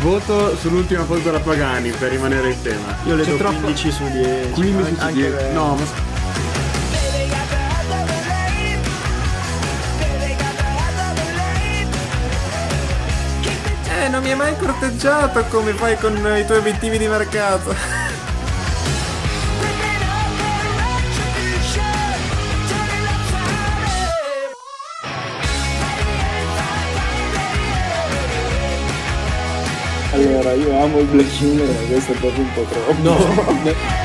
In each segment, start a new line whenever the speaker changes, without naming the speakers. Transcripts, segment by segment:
Voto sull'ultima polvere a Pagani per rimanere in tema.
Io le
C'è
do
troppo-
15 su 10.
15 su
anche
10.
lei.
No, ma
Eh, non mi hai mai corteggiato come fai con eh, i tuoi obiettivi di mercato.
Allora, io amo il Black Humor, ma questo è proprio un po' troppo.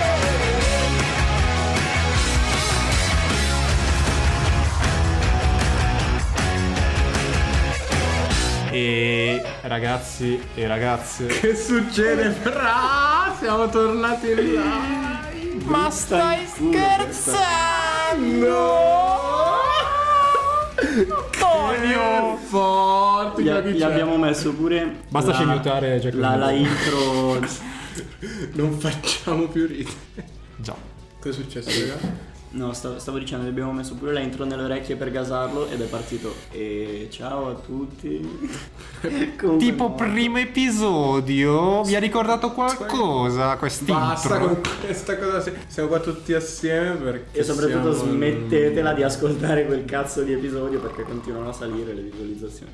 E ragazzi e ragazze,
che succede? Fra, siamo tornati in là.
ma stai scherzando? Antonio!
Forte,
Gli,
guarda chi
gli
c'è.
abbiamo messo pure
Basta
la-
scimmiottare Giacomo.
la, la intro
Non facciamo più ridere.
Già.
Cosa è successo, raga?
no stavo, stavo dicendo gli abbiamo messo pure la intro nelle orecchie per gasarlo ed è partito e ciao a tutti Comunque
Tipo
no.
primo episodio, vi ha ricordato qualcosa
Basta con
quest'intro?
questa cosa. se- Siamo qua tutti assieme perché.
e soprattutto
siamo-
smettetela di ascoltare quel cazzo di episodio perché continuano a salire le visualizzazioni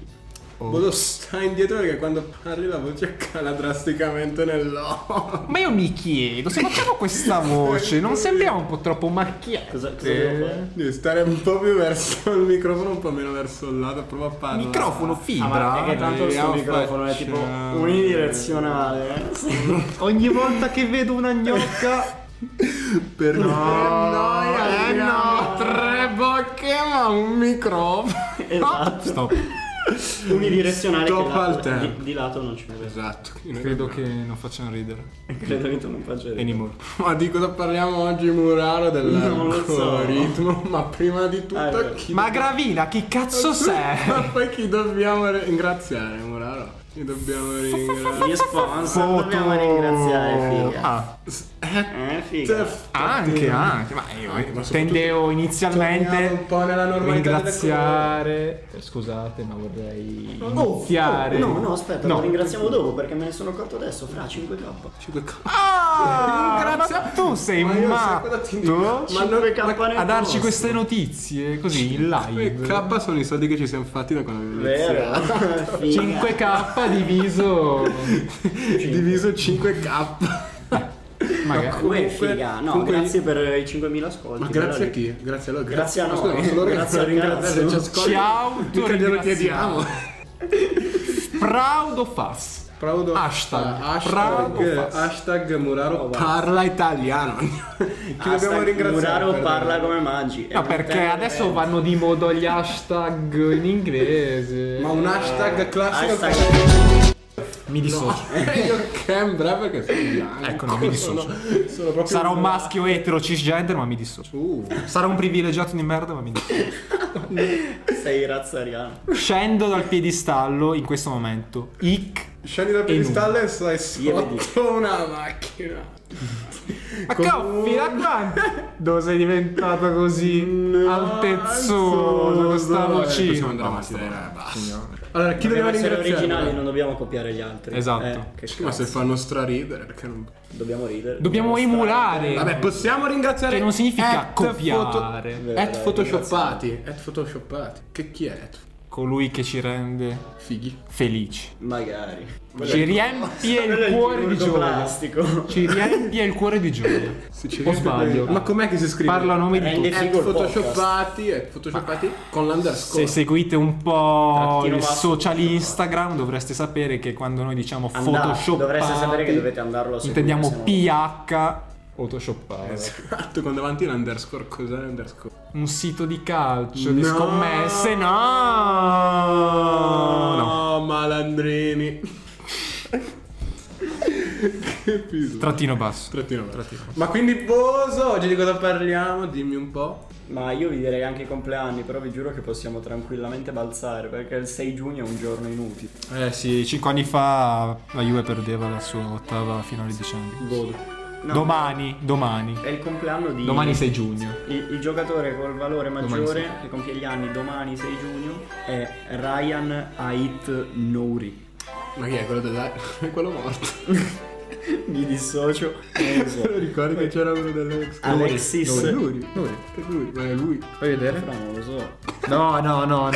Voto Oh. sta indietro perché quando parli la voce cala drasticamente nell'ombra.
Ma io mi chiedo, se facciamo questa voce, non sembriamo un po' troppo macchiati?
cosa, cosa devo
Eh?
fare?
Devi stare un po' più verso il microfono, un po' meno verso il lato. Prova a parlare.
Microfono
Ah,
fibra.
ma è che tanto il suo microfono è tipo
facciamo-
unidirezionale eh?
Ogni volta che vedo una gnocca...
Per no,
eh no, tre bocche ma un microfono.
esatto
Stop.
unidirezionale
Stop
che la-
al tempo.
di, di lato non ci vede
Esatto.
Credo che non facciano ridere.
credo che tu non faccia ridere.
Anymore.
Ma di cosa parliamo oggi, Muraro?
Non lo so.
Dell'algoritmo. Ma prima di tutto,
Allora.
chi
Ma Gravina, chi cazzo
Ma
sei?
poi chi dobbiamo re- ringraziare, Muraro? Chi dobbiamo ringraziare?
gli sponsor dobbiamo ringraziare figa
Ah,
eh figa
Steph,
anche, anche. Ma io
ma soprattutto
intendevo
torniamo
inizialmente
un po' nella normalità delle
ringraziare. Scusate, ma vorrei iniziare.
oh, no no aspetta lo ringraziamo dopo perché me ne sono accorto adesso fra 5k
5K.
Ah,
Ringrazio-
ma tu sei
Ma
un
io sai cosa ti dico?
matto
Ma non-
5k
a darci queste notizie così in live.
5K sono i soldi che ci siamo fatti da quando abbiamo iniziato.
vero figa
5k diviso
Diviso 5K.
magari
Comunque,
Comunque-
figa, no,
comunque-
grazie per i 5.000 ascolti.
Ma grazie a
bello.
chi? Grazie a loro.
Grazie a
Ma
noi.
scusa, ma sono loro
Grazie
che stanno
a cazzo.
ringraziando, ci ascoltano.
Ci auto
Mica glielo
ringraziamo.
chiediamo. Eh,
Proud fast.
Proud of-
Hashtag.
ah,
Proud
hashtag,
of us.
hashtag Muraro
Oh, basta.
parla italiano. Chi dobbiamo
Hashtag
ringraziare?
Muraro
per-
parla come mangi. Eh,
No, perché
eh.
adesso vanno di moda gli hashtag in inglese.
Ma un hashtag classico
Hashtag...
mi dissocio.
io Cambra perché sono bianco.
Ecco, no, mi dissocio.
Sono, sono proprio
Sarà un maschio etero cisgender, ma mi dissocio.
Uh,
Sarà un privilegiato di merda, ma mi dissocio.
Sei razzariano.
Scendo dal piedistallo in questo momento. Ic.
scendi dal piedistallo e stai
Lieviti.
sotto una macchina.
Ma coffi, da quando sei diventato così altezzoso con sta
Allora,
vocina?
possiamo andare avanti,
Basta,
dai, basta.
signore.
Allora, chi dobbiamo
Dobbiamo essere
ringraziare?
originali, non dobbiamo copiare gli altri.
Esatto.
Eh, che
Ma se
cazzo.
fanno straridere, perché non...
Dobbiamo ridere.
Dobbiamo
stare.
emulare.
Vabbè, possiamo ringraziare
Che non significa
at
copiare.
foto-
Vero,
at
dai,
photoshoppati, at photoshoppati. Che chi è at?
Colui che ci rende
Fighi.
felici.
Magari.
Ci riempie
Quello è
il cuore di
chirurgo
gioia.
plastico.
Ci riempie il cuore di gioia.
Se
O
ci riesco-
sbaglio.
Ma com'è che si scrive?
Parlo a nome di
Rende
tutti.
At
Figo il
photoshoppati, at photoshoppati con
Se
l'underscore.
seguite un po'
Trattino
i
basso.
social Instagram dovreste sapere che quando noi diciamo
Andate,
Photoshop
dovreste sapere che dovete andarlo a seguire,
Intendiamo
se no-
PH Photoshop.
Esatto, con davanti l'underscore, cos'è l'underscore?
Un sito di calcio, di
No.
scommesse, no! no.
No, Oh, malandrini. che episodio.
Trattino basso.
Trattino, trattino. Ma quindi Boso, oggi di cosa parliamo? Dimmi un po'.
Ma io vi direi anche i compleanni, però vi giuro che possiamo tranquillamente balzare perché il 6 giugno è un giorno inutile.
Eh sì, 5 anni fa la Juve perdeva la sua ottava finale di Champions.
No,
Domani, domani.
È il compleanno di.
Domani 6 giugno.
Il, il giocatore col valore
Domani
maggiore che compie gli anni domani 6 giugno è Ryan Ait Nouri.
Ma chi è quello della... è quello morto.
Mi dissocio.
Te lo ricordi che c'era uno dell'ex?
Alexis.
È lui.
Nuri,
È lui. Ma è lui.
fai
Però
vedere?
non lo so.
No, no, no, no.
No,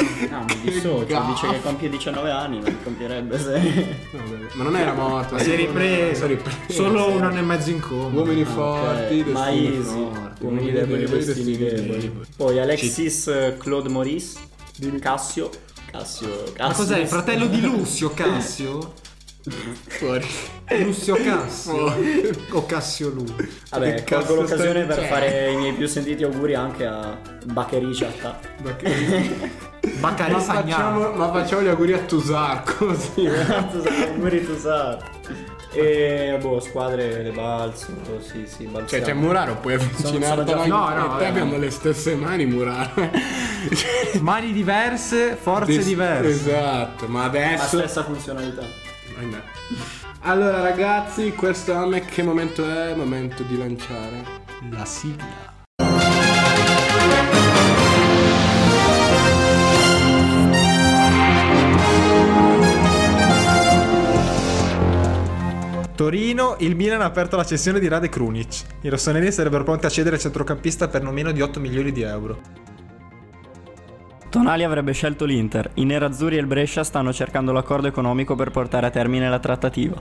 mi dissocio. Dice che compie 19 anni, non compierebbe se.
No, vabbè. ma non era morto.
Si è ripreso.
Si è ripreso.
Solo un anno e mezzo in coma.
Uomini
Ah, ok.
forti,
Ma
destini
easy.
forti.
Uomini deboli, destini deboli. Poi Alexis eh, Claude Maurice. Cassio. Cassio.
Ma
Cassio.
cos'è? Il fratello di Lucio Cassio?
Fuori.
Lucio Cassio? Oh. O Cassio Lu?
Vabbè,
Che cazzo
colgo l'occasione
stai
per
dicendo?
fare i miei più sentiti auguri anche a Bacchericia.
Ma, che-
Baccari
ma
Sagnano.
facciamo, ma facciamo gli auguri a Tusar così.
tu sai, auguri tu sai. E boh, squadre le balzo, sì, sì, balziamo.
Cioè, c'è Muraro, puoi avvicinarti.
sono
anche-
già- no, no,
e
vabbè.
poi abbiamo le stesse mani, Muraro.
Mani diverse, forze
Des-
diverse.
Esatto, ma
la
adesso.
stessa funzionalità.
Eh, no. Allora, ragazzi, questo a me che momento è? Momento di lanciare.
La sigla.
Torino, il Milan ha aperto la cessione di Rade Krunic. I rossoneri sarebbero pronti a cedere il centrocampista per non meno di 8 milioni di euro.
Tonali avrebbe scelto l'Inter. I nerazzurri e il Brescia stanno cercando l'accordo economico per portare a termine la trattativa.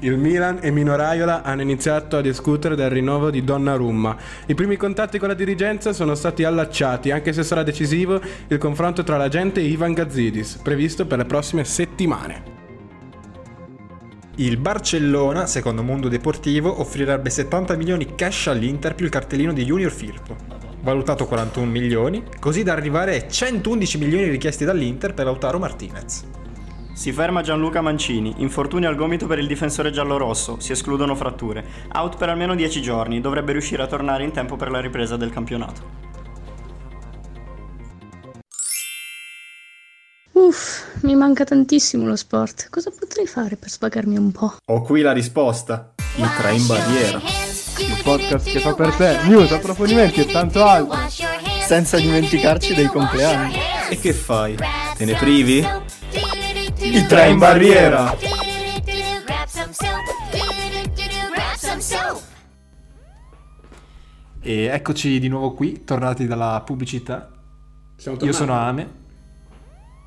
Il Milan e Mino Raiola hanno iniziato a discutere del rinnovo di Donnarumma. I primi contatti con la dirigenza sono stati allacciati, anche se sarà decisivo il confronto tra la gente e Ivan Gazzidis, previsto per le prossime settimane.
Il Barcellona, secondo Mondo Deportivo, offrirebbe 70 milioni cash all'Inter più il cartellino di Junior Firpo, valutato 41 milioni, così da arrivare ai 111 milioni richiesti dall'Inter per Lautaro Martinez.
Si ferma Gianluca Mancini, infortunio al gomito per il difensore giallorosso, si escludono fratture. Out per almeno 10 giorni, dovrebbe riuscire a tornare in tempo per la ripresa del campionato.
Uff, mi manca tantissimo lo sport. Cosa potrei fare per svagarmi un po'?
Ho qui la risposta. Il
Tre in barriera.
Il podcast che fa per te, news, approfondimenti e tanto altro.
Senza dimenticarci dei compleanni.
E che fai? Te ne privi?
Il
Tre in barriera!
E eccoci di nuovo qui, tornati dalla pubblicità.
Siamo
Io
tornati.
sono Ame.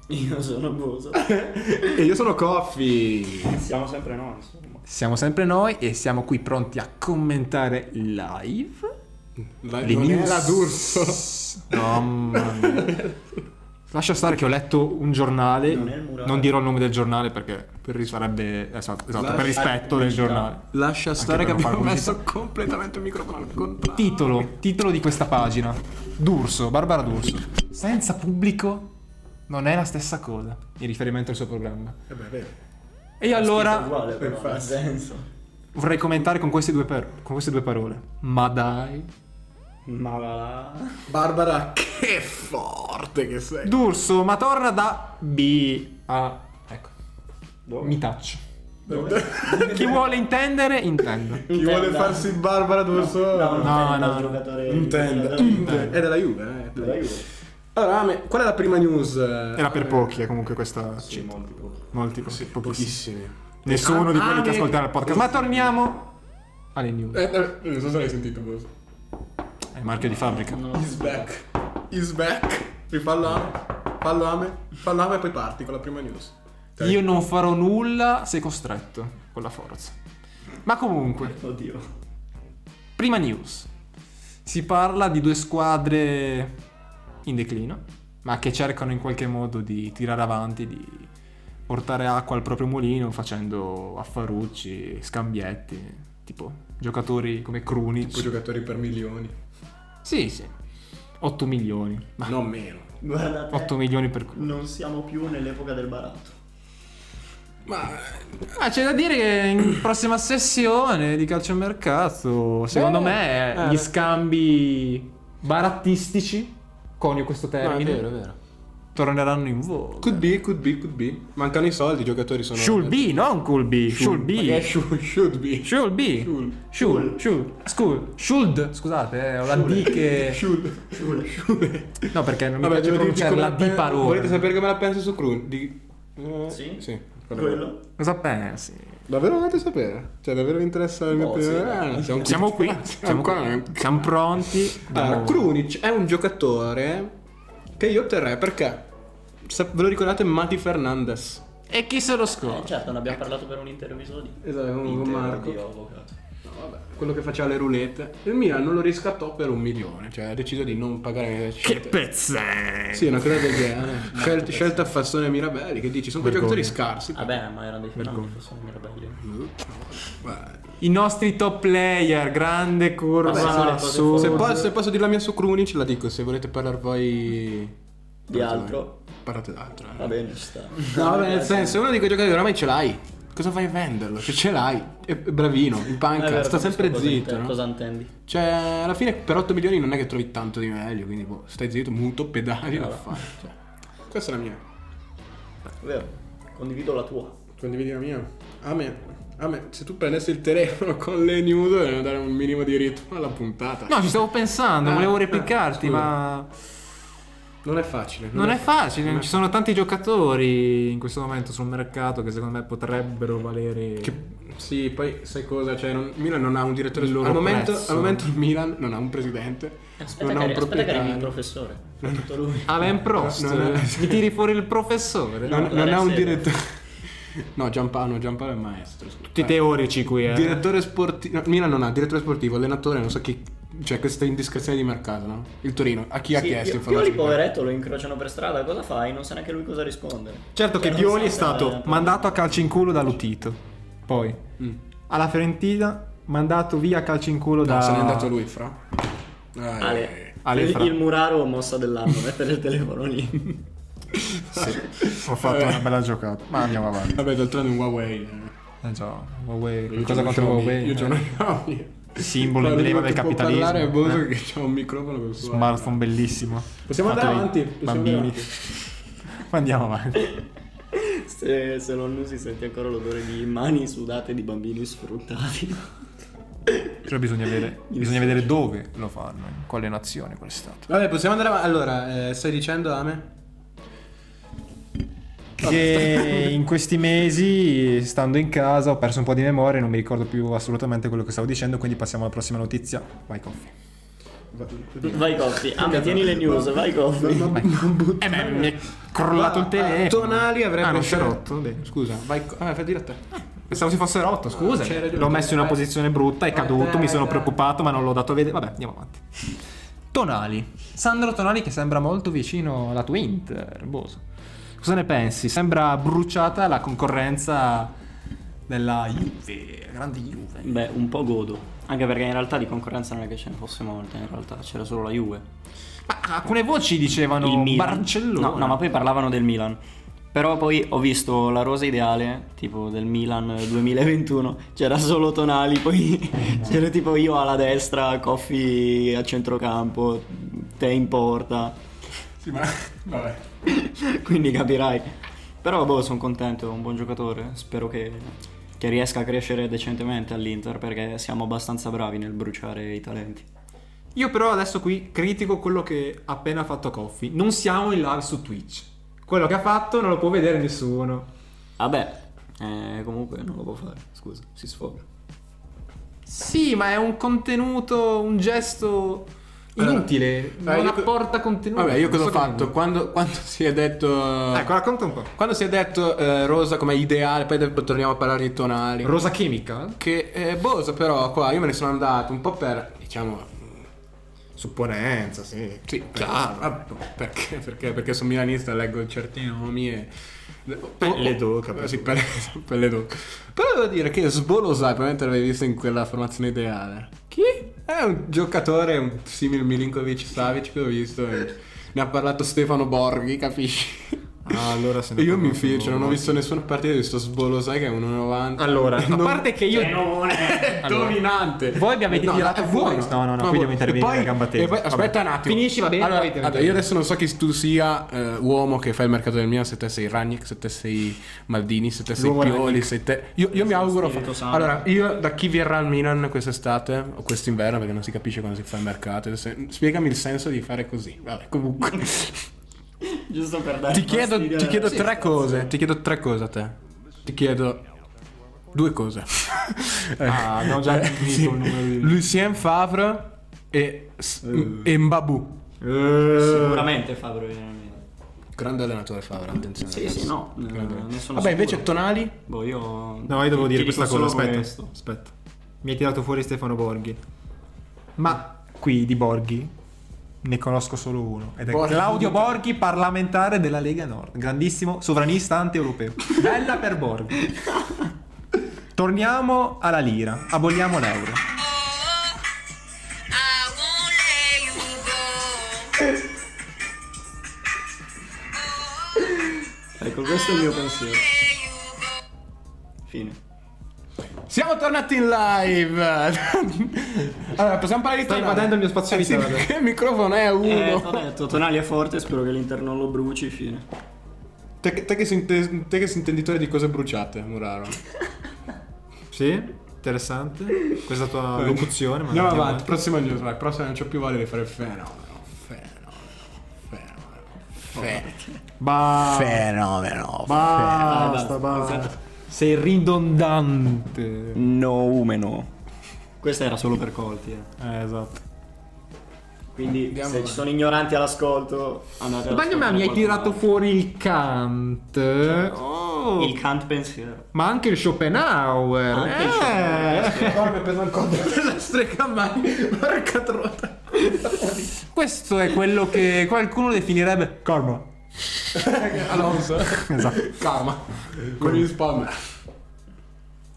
Io sono Bosa.
E io sono Coffi.
Siamo sempre noi, insomma.
Siamo sempre noi e siamo qui pronti a commentare live.
La,
Le
non
news.
era d'Urso.
No, mamma mia. Lascia stare che ho letto un giornale.
Non è il murale.
Non dirò il nome del giornale perché sarebbe. Esatto, esatto, per rispetto del giornale.
Lascia stare
per
che
non fare
abbiamo messo completamente il microfono al contrario.
Titolo, titolo di questa pagina: D'Urso, Barbara D'Urso. Senza pubblico non è la stessa cosa. In riferimento al suo programma.
Eh beh, è vero.
E allora
uguale, però, nel senso.
vorrei commentare con queste due, per- con queste due parole. Ma dai.
Ma va là.
Barbara, che forte che sei.
D'Urso, ma torna da B a. Ecco. Mi taccio. Chi vuole intendere, intende.
Chi vuole farsi Barbara d'Urso?
No, no, no.
giocatore
Intende. È della Juve, eh. Allora, Ame, qual è la prima news?
Era per pochi, eh, comunque questa. Sì,
molti pochi.
molti, pochi, pochissimi.
Pochissimi.
Nessuno di quelli
Ah,
che
ah,
ascolterà il podcast. Ma torniamo alle news.
Eh, eh, non so se l'hai sentito, Boso.
È il marchio di fabbrica.
Is back. Is back. Rifallo Ame. Fallo Ame. Fallo Ame e poi parti con la prima news. Dai.
Io non farò nulla se costretto con la forza. Ma comunque,
Oddio.
prima news. Si parla di due squadre in declino, ma che cercano in qualche modo di tirare avanti, di portare acqua al proprio mulino facendo affarucci, scambietti, tipo giocatori come Krunic.
Tipo giocatori per milioni.
Sì, sì. 8 milioni. Ma
Non meno. Eh.
Guardate,
8 milioni per
Mm.
Krunic.
non siamo più nell'epoca del baratto.
Ah, c'è da dire che in prossima sessione di calciomercato, secondo me,
eh.
gli scambi barattistici, conio questo termine,
vero.
torneranno in voga.
Could be, could be, could be. Mancano i soldi, i giocatori sono...
Should be, non could be, should
Ma che è
be.
should, should be.
Should be.
Should.
Should. Should. School. Should. Scusate, eh, ho la D che...
Should.
No, perché non mi
Vabbè,
piace
devo dirci
pronunciare
come
la
la
D
pe-
parola.
Volete sapere come la penso su Krun? Di... eh,
Sì?
Sì.
Quello?
Cosa pensi?
Davvero volete sapere? Cioè, davvero vi interessa il mio opinione? Ah, siamo,
Siamo qui, siamo,
ancora
qui,
neanche-
siamo pronti.
Allora,
Abbiamo-
Ah, Krunic è un giocatore che io terrei perché sa- ve lo ricordate Mati Fernandez?
E chi se lo
Eh,
scorda?
certo, ne abbiamo parlato per un intero episodio.
Esatto, con
Intero
Marco.
di avvocato.
Vabbè, quello che faceva le roulette. Il Milan non lo riscattò per un milione, cioè ha deciso di non pagare
Che
scelte.
pezzè!
Sì, una cosa del genere. Scelta, scelta a Fassone e Mirabelli, che dici, sono quei
Vergogna.
giocatori scarsi.
Vabbè, ma erano dei fenomeni, sono mirabelli.
I nostri top player, grande
Vabbè, sono le
curva.
cose
su-
Se posso, se posso dire la mia su Krunic, la dico, se volete parlare voi...
Di altro?
Parlate d'altro. eh.
Va bene, ci sta.
No, vabbè, nel senso, è uno di quei giocatori oramai ce l'hai. Cosa fai a venderlo? Cioè, ce l'hai. È è bravino, in
Eh,
panca,
vero,
sta sempre
cosa
zitto.
inte-
no?
Cosa intendi?
Cioè, alla fine per 8 milioni non è che trovi tanto di meglio, quindi boh, stai zitto, muto, pedali, da fare. Cioè, questa è la mia.
Vero, condivido la tua.
Condividi la mia? A me, a me, se tu prendessi il telefono con le news dovremmo dare un minimo di ritmo alla puntata.
No, ci stavo pensando,
Ah,
volevo
ah,
replicarti,
scusa.
ma
Non è facile.
non è facile. Ci sono tanti giocatori in questo momento sul mercato che secondo me potrebbero valere.
Sì, poi sai cosa? Cioè, non- Milan non ha un direttore
Il
al
loro
momento,
prezzo.
al momento il Milan non ha un presidente.
Aspetta,
non
che,
ha un
arri- aspetta che arrivi il
proprietario.
professore. Fa tutto lui.
Alain Prost,
No, no, no.
eh. mi tiri fuori il professore.
Non,
No,
non ha un
Lorenzo è-
direttore. No, Giampano, Giampano è maestro. scusa.
Tutti teorici qui, eh.
Direttore sportivo. Milan non ha direttore sportivo, allenatore, non so chi. Cioè, questa indiscrezione di mercato, no? Il Torino. A chi ha
Sì,
chiesto
Pi- Pioli,
informazioni?
poveretto, lo incrociano per strada, cosa fai? Non sa neanche lui cosa rispondere.
Certo che
Cioè, non
Pioli è
sa se-
stato mandato a calci in culo da Lutito. Poi
Mm.
alla Fiorentina, mandato via a calci in culo da.
No, se n'è andato lui, fra. Ah,
Ale.
Ale
il,
Fra.
il Muraro mossa dell'anno, mettere il telefono lì.
Ho fatto una bella giocata, ma andiamo avanti.
Vabbè, d'altronde è un Huawei. eh.
Eh già, Huawei,
Io c'ho
cosa
uno
contro
Xiaomi,
Huawei?
Io c'ho uno
eh.
Xiaomi.
Simbolo,
Guarda,
emblema
che
del
può
capitalismo.
parlare è Boso
eh.
che c'ha un microfono per suonare.
Smartphone bellissimo.
Possiamo
Fatto
andare
i
avanti. possiamo
bambini.
andare avanti.
Ma andiamo avanti.
se, se non usi senti ancora l'odore di mani sudate di bambini sfruttati.
Però Cioè, bisogna vedere, bisogna vedere dove lo fanno, in quale nazione, quale stato.
Vabbè, possiamo andare avanti. Allora, eh, stai dicendo a me?
Che in questi mesi, stando in casa, ho perso un po' di memoria e non mi ricordo più assolutamente quello che stavo dicendo, quindi passiamo alla prossima notizia. Vai, Coffee.
Vai Coffi, ah ma tieni le news, vai Coffi.
Eh beh, mi è crollato il telefono.
Ah, Tonali avrebbe
Ah, non si è
scelto-
rotto, bene.
Scusa, vai. co- Ah, fai dire a te.
Pensavo si fosse rotto, scusa.
c'hai ragione.
L'ho messo in una posizione brutta, è caduto,
dai,
mi sono
dai.
preoccupato, ma non l'ho dato a vedere. Vabbè, andiamo avanti. Tonali. Sandro Tonali che sembra molto vicino alla tua Inter, Boso. Cosa ne pensi? Sembra bruciata la concorrenza della Juve, grande Juve.
Beh, un po' godo. Anche perché in realtà di concorrenza non è che ce ne fosse molta, in realtà c'era solo la Juve.
Ma alcune voci dicevano
il Milan.
Barcellona.
No, no, ma poi parlavano del Milan. Però poi ho visto la rosa ideale, tipo del Milan 2021, c'era solo Tonali, poi c'era tipo io alla destra, Coffi a centrocampo, te in porta.
Sì, ma vabbè.
Quindi capirai. Però boh, sono contento, è un buon giocatore, spero che, che riesca a crescere decentemente all'Inter perché siamo abbastanza bravi nel bruciare i talenti.
Io però adesso qui critico quello che ha appena fatto Coffi. Non siamo in live su Twitch. Quello che ha fatto non lo può vedere nessuno.
Vabbè, eh, comunque non lo può fare, scusa, si sfoga.
Sì, ma è un contenuto, un gesto
Allora,
inutile.
Vabbè,
non
io co-
apporta contenuto.
Vabbè, io
Non
cosa ho
so come
fatto?
dire.
Quando, quando si è detto.
Ecco, racconta un po'.
Quando si è detto eh, rosa come ideale, poi dopo torniamo a parlare di tonali.
Rosa Chemical?
che eh, Boso, però, qua io me ne sono andato un po' per. diciamo.
Supponenza, sì.
Sì, chiaro. perché? Perché? Perché sono milanista, leggo certi nomi e.
Pelle d'oca,
Eh, Sì, pelle, pelle d'oca. Però devo dire che Sbolosai, probabilmente l'avevi visto in quella formazione ideale. Chi? È un giocatore, un simile Milinkovic Savic che ho visto. e Ne ha parlato Stefano Borghi, capisci?
Ah, allora se ne
Io
parla
mi fido, cioè,
solo.
non ho visto nessuna partita di sto Sbolosai che è 1,90.
Allora,
Non-
a parte che io. Allora,
dominante.
Voi mi avete tirato
è
fuori.
buono.
No, no, no, qui
buono.
devo intervenire
E poi-
a gamba tesa.
e poi- aspetta un attimo.
Finisci, va bene,
Allora,
poi te lo
allora, io
intervengo.
adesso non so chi tu sia, eh, uomo che fa il mercato del Milan, se te sei Ragnic, se te sei Maldini, se te sei
L'uomo
Pioli, se te... Io, io mi auguro...
Spirito Santo.
Allora, io da chi verrà al Milan quest'estate o quest'inverno, perché non si capisce quando si fa il mercato, se- spiegami il senso di fare così. Vabbè, comunque...
Giusto per dare
ti chiedo,
fastidio
ti
alla-
chiedo
Sì.
tre cose, ti chiedo tre cose a te. ti chiedo due cose.
Ah, abbiamo già
Eh,
finito
sì.
il numero di...
Lucien Favre e, S- e Mbabu.
Sicuramente Fabro veramente.
Grande allenatore Favre, attenzione.
Sì, sì, no. eh, ne sono
Vabbè, invece
sicuro.
Tonali?
Boh, io. No,
No, io devo dire questa cosa. Aspetta, aspetta. Mi hai tirato fuori Stefano Borghi. Ma qui di Borghi ne conosco solo uno. Ed è
Borghi.
Claudio Borghi, parlamentare della Lega Nord. Grandissimo sovranista anti-europeo. Bella per Borghi. Torniamo alla lira. Aboliamo l'euro.
Ecco, questo è il mio pensiero. Fine.
Siamo tornati in live. allora, possiamo parlare di Tonali?
Stai invadendo il mio spazio
Eh sì,
vitale.
Che microfono è
Eh,
uno?
t'ho detto, Tonali è forte, spero che l'interno non lo bruci, fine.
te, che- te che sei inte- te che sei intenditore di cose bruciate, Muraro.
Sì? Interessante. Questa tua locuzione. ma
Andiamo
andiamo
avanti, prossima news, vai, prossima non c'ho più voglia di fare fenomeno, fenomeno, fenomeno,
Ba-
fenomeno,
basta, basta. Sei ridondante.
Noumeno. Questa era solo per colti, eh.
Eh, esatto.
Quindi se ci sono ignoranti all'ascolto, andate
Bagno mi hai tirato fuori il Kant. Oh.
Il Kant pensiero.
Ma anche il Schopenhauer.
Anche il
eh.
mi ha preso il conto della strega mai, porca trota.
Questo è quello che qualcuno definirebbe karma.
Alonso,
Esatto.
calma, con il spam.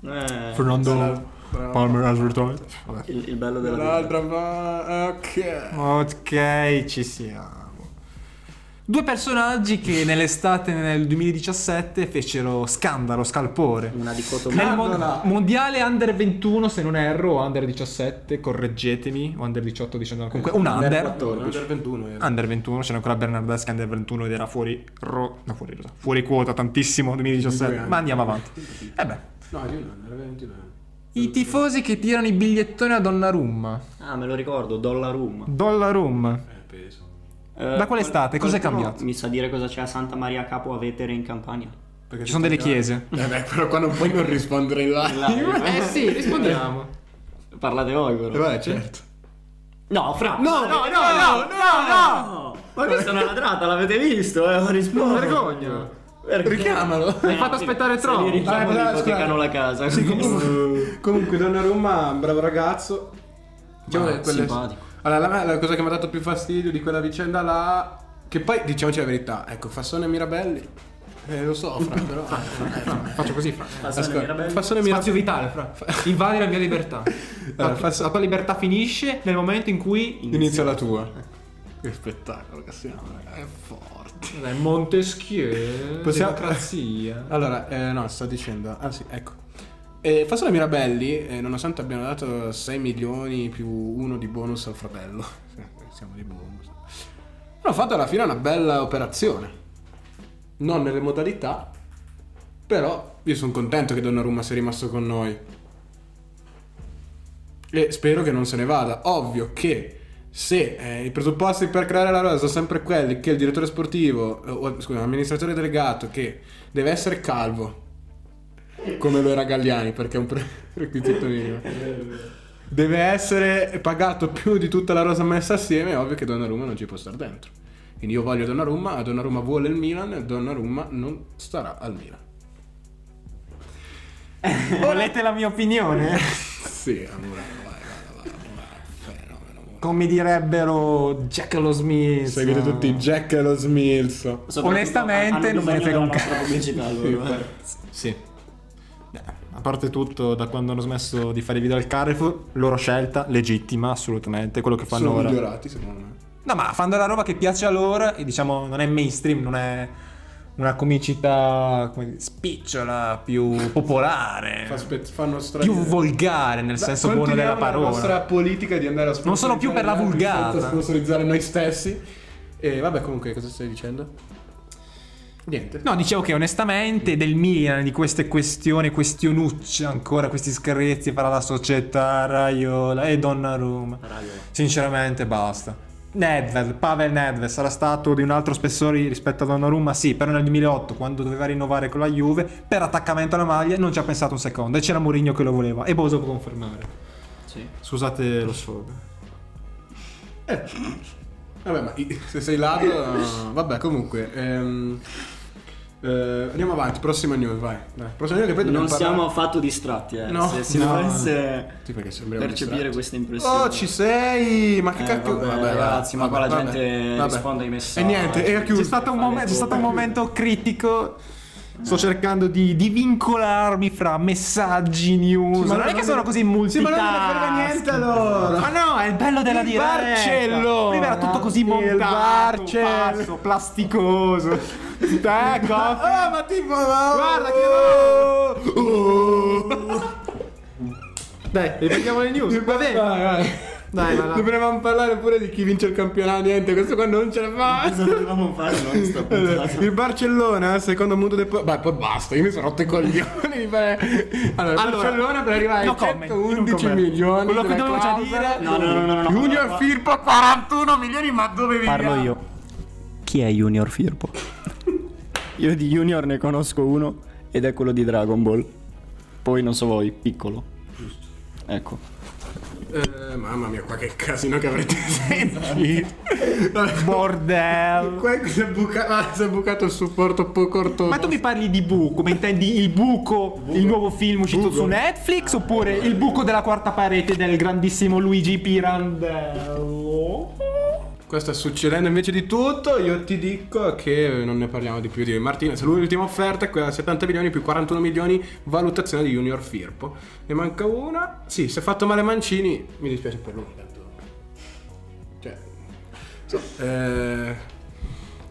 Eh,
Fernando Palmer has returned.
il, il bello della vita.
L'altra va, ok.
Ok, ci siamo. Due personaggi che nell'estate del 2017 fecero scandalo, scalpore.
Una
Nel
dicotomia.
mon-
Madonna.
mondiale under 21, se non erro, o under 17, correggetemi, o under 18, 19, comunque un under.
14. 21 era.
Under 21, c'era ancora Bernardeschi Under 21 ed era fuori, ro- no, fuori, rosa, fuori quota tantissimo 2017, ma andiamo avanti. E beh,
No, io non era 21.
i tifosi che tirano i bigliettoni a Donnarumma.
Ah, me lo ricordo, Dollar Room.
Donnarumma.
Eh, peso.
Da quell'estate, cos'è cambiato?
Mi sa dire cosa c'è a Santa Maria Capo a Vetere in Campania.
Perché
Ci sono delle chiese.
Eh beh, però qua non puoi non rispondere in live.
Eh sì,
rispondiamo.
Parlate voi, però.
Beh, certo.
No, fra. No, no, no, no, no, Ma questa è una ladrata, l'avete visto? Eh, rispondo.
Vergogna.
Perché?
Richiamalo.
Hai
fatto aspettare troppo.
Se li richiamo,
Eh,
li
scusa.
ipotecano la casa.
Sì, comunque, comunque Donnarumma, bravo ragazzo. Diciamo
Ma
che quelle-
simpatico.
Allora, la, la cosa che mi ha dato più fastidio di quella vicenda là. Che poi diciamoci la verità, ecco, Fassone e Mirabelli. Eh, lo so, fra, però.
Faccio così, fra.
Ascolta,
Mirabelli.
Fassone e
Spazio
Mirabelli.
vitale, fra. Invadi la mia libertà.
Allora,
La, tua-
fas-
la tua libertà finisce nel momento in cui...
Inizia la tua. Che spettacolo, Cassiano, raga, è forte.
Dai, Montesquieu,
Possiamo-
democrazia.
Allora, eh, no, sto dicendo. Ah, sì, ecco. Eh, Fassone e Mirabelli, eh, nonostante abbiano dato 6 milioni più uno di bonus al fratello, siamo di bonus, hanno fatto alla fine una bella operazione. Non nelle modalità, però io sono contento che Donnarumma sia rimasto con noi. E spero che non se ne vada. Ovvio che se eh, i presupposti per creare la rosa sono sempre quelli che il direttore sportivo, eh, o, scusa, l'amministratore delegato, che deve essere calvo, come lo era Galliani, perché è un prerequisito minimo. Deve essere pagato più di tutta la rosa messa assieme, è ovvio che Donnarumma non ci può stare dentro. Quindi io voglio Donnarumma, Donnarumma vuole il Milan, Donnarumma non starà al Milan.
Volete la mia opinione?
Sì, amore, vai, vai, vai, vai, fenomeno. amore.
Come direbbero Jack lo Smith.
Seguite tutti
Eh,
Jack e lo Smilzo.
Soprattutto
Onestamente,
hanno
non me ne
bisogno
frega un
della nostra pubblicità loro. eh.
Sì. Beh, A parte tutto, da quando hanno smesso di fare i video al Carrefour, loro scelta legittima, assolutamente, quello che fanno
Sono
ora.
migliorati, secondo me.
No, ma fanno la roba che piace a loro e diciamo non è mainstream, non è una comicità come dire, spicciola, più
Eh.
popolare,
Fa spe- fanno stra-
più volgare nel
Da-
senso buono della
continuiamo
parola.
La nostra politica di andare a sponsorizzare
Non sono più per la
gli altri
vulgata.
senza sponsorizzare noi stessi. E vabbè, comunque, cosa stai dicendo? Niente.
No, dicevo che onestamente del Milan, di queste questioni, questionucce ancora, questi screzi fra la società, Raiola e Donnarumma.
Raiola.
Sinceramente basta. Nedved, Pavel Nedved sarà stato di un altro spessore rispetto a Donnarumma, sì, però nel 2008 quando doveva rinnovare con la Juve per attaccamento alla maglia non ci ha pensato un secondo e c'era Mourinho che lo voleva e Boso può confermare.
Sì.
Scusate lo sfogo.
Vabbè, ma i- se sei ladro. Vabbè, comunque. ehm, eh, andiamo avanti, prossima news, vai. Dai, Prossima news che poi dobbiamo
Non
parlare-
siamo affatto distratti, eh.
No.
se si
No.
dovesse
Sì, perché sembriamo
percepire
distratti.
questa impressione.
Oh, ci sei! Ma che
Eh,
cacchio.
vabbè,
va.
ragazzi, ma qua la gente
vabbè.
risponde ai messaggi.
E niente, e ha chiuso.
C'è stato un, momen- c'è stato un momento critico. Sto cercando di, di vincolarmi fra messaggi, news. non è che sono così
Sì, ma non me ne frega
multitask.
niente allora.
Ma no, è il bello della
Il
diretta.
Barcellona.
Prima era tutto così
Il
montato,
Barcell-
pazzo, plasticoso. Te, coffee.
Ah, ma tipo.
Guarda
che.
Dai, riprendiamo le news. Va bene.
Vai, vai.
Dai, vai, vai.
Dovevamo parlare pure di chi vince il campionato. Niente, questo qua non ce la fa.
Cosa dovevamo fare noi in sta puntata?
Il Barcellona, secondo mondo del. po- Beh, poi basta, io mi sono rotto i coglioni. di fare- Allora, il
Allora,
Barcellona per arrivare
no
ai
comment,
111
no comment.
milioni.
Quello che
della
dovevo già
clausola.
dire-
No, no, no, no, no.
Junior Firpo 41 milioni, ma dove vi
Parlo io. Chi è Junior Firpo? io di Junior ne conosco uno ed è quello di Dragon Ball. Poi non so voi, piccolo. Ecco.
Eh, mamma mia, qua che casino che avrete sentito.
Bordello.
qua è che si è, buca- ah, si è bucato il supporto poco corto.
Ma tu mi parli di buco, ma intendi il buco, il nuovo film uscito su Netflix oppure il buco della quarta parete del grandissimo Luigi Pirandello?
Questo sta succedendo invece di tutto. Io ti dico che non ne parliamo di più di Martinez. L'ultima offerta è quella da 70 milioni più 41 milioni valutazione di Junior Firpo. Ne manca una. Sì, se è fatto male Mancini, mi dispiace per lui. tanto. Cioè, so, eh,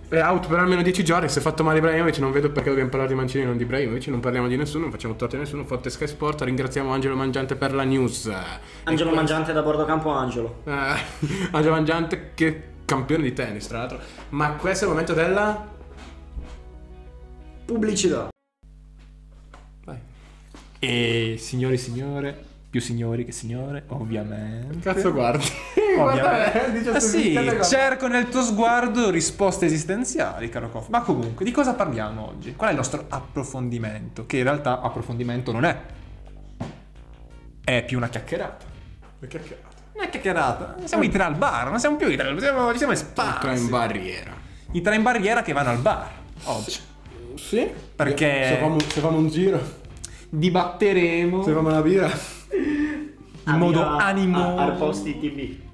è out per almeno 10 giorni. Se è fatto male Ibrahimovic, non vedo perché dobbiamo parlare di Mancini e non di Ibrahimovic. Non parliamo di nessuno, non facciamo torto a nessuno. Forte Sky Sport. Ringraziamo Angelo Mangiante per la news.
Angelo Mangiante da Bordocampo Angelo.
Eh, Angelo Mangiante che campione di tennis, tra l'altro. Ma questo è il momento della.
Pubblicità.
E signori e signore, più signori che signore, ovviamente.
Cazzo, guardi. eh,
Ovviamente.
dice
Ah, sì,
tutte le cose.
cerco nel tuo sguardo risposte esistenziali, caro Koff. Ma comunque, di cosa parliamo oggi? Qual è il nostro approfondimento? Che in realtà approfondimento non è. È più una chiacchierata.
Perché cazzo?
Una chiacchierata. Siamo i tre al bar, non siamo più i tre, siamo, ci siamo
Entra
espansi.
in barriera.
I tre in barriera che vanno al bar oggi.
Sì.
Perché-
Se famo, se famo un giro,
Dibatteremo
se famo una birra.
in modo animo
Arposti TV.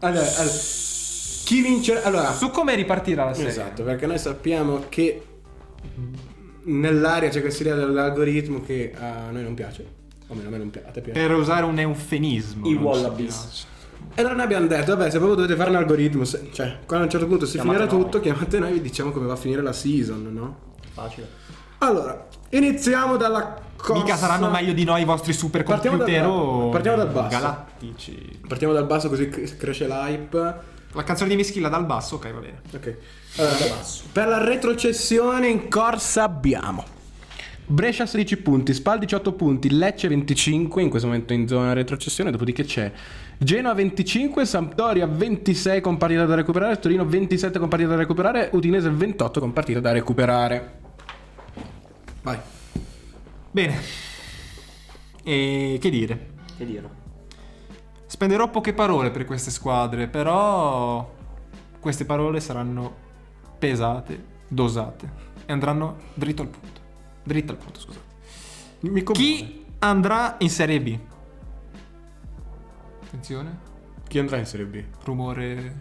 Allora, allora, chi vince? Allora,
su come ripartirà la serie.
esatto, perché noi sappiamo che nell'aria c'è questa idea dell'algoritmo che a noi non piace. O meno a me non piace. A te piace.
Per usare un eufemismo.
I
non so.
Wallabies.
E allora noi abbiamo detto, vabbè, se proprio dovete fare un algoritmo, se- cioè, quando a un certo punto si
Chiamate
finirà
noi.
tutto, chiamate noi e vi diciamo come va a finire la season, no?
Facile.
Allora, iniziamo dalla cosa...
Mica saranno meglio di noi i vostri super
Partiamo dal-
computer o
partiamo dal basso.
galattici.
Partiamo dal basso così cre- cresce l'hype.
La canzone di Mischilla dal basso, ok, va bene.
Ok. Allora, per la retrocessione in corsa abbiamo Brescia 16 punti, Spal 18 punti, Lecce 25 in questo momento in zona retrocessione, dopodiché c'è Genoa 25, Sampdoria 26 con partita da recuperare, Torino 27 con partita da recuperare, Udinese 28 con partita da recuperare. Vai.
Bene. E che dire?
Che dire?
Spenderò poche parole per queste squadre, però queste parole saranno pesate, dosate e andranno dritto al punto. Dritto al punto, scusate.
Mi
Chi andrà in Serie B? Attenzione,
Chi andrà in Serie B?
rumore.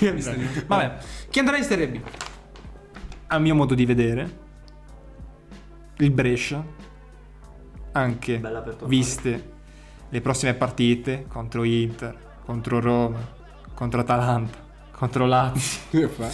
misterioso. Vabbè, chi andrà in Serie B? A mio modo di vedere, il Brescia, anche
Bella per tornare.
viste le prossime partite contro Inter, contro Roma, contro Atalanta, contro Lazio,
Che fa?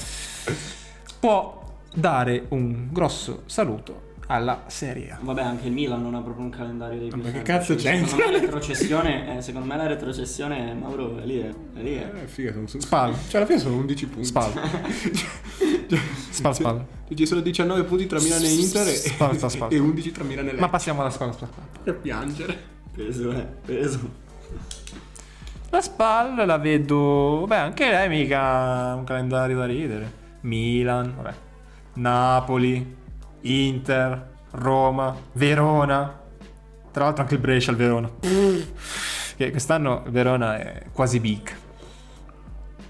può dare un grosso saluto alla Serie A.
Vabbè, anche il Milan non ha proprio un calendario dei più
Vabbè, che
semplici.
cazzo
Secondo
c'entra?
me la retrocessione, eh, secondo me la retrocessione, Mauro, è lì è, è lì è.
Eh, figa, sono sono-
Spal.
Cioè, alla fine sono 11 punti. Cioè,
Spal. Spal, spal.
Ci sono 19 punti tra Milano e Inter e,
Spal, spal, spal.
e 11 tra Milano e Lecce.
eh.
Ma passiamo alla spalla, spalla.
per piangere.
Peso, eh, peso.
La spalla la vedo. Beh, anche lei mica un calendario da ridere. Milan, vabbè. Napoli, Inter, Roma, Verona. Tra l'altro anche il Brescia al Verona. che quest'anno il Verona è quasi big.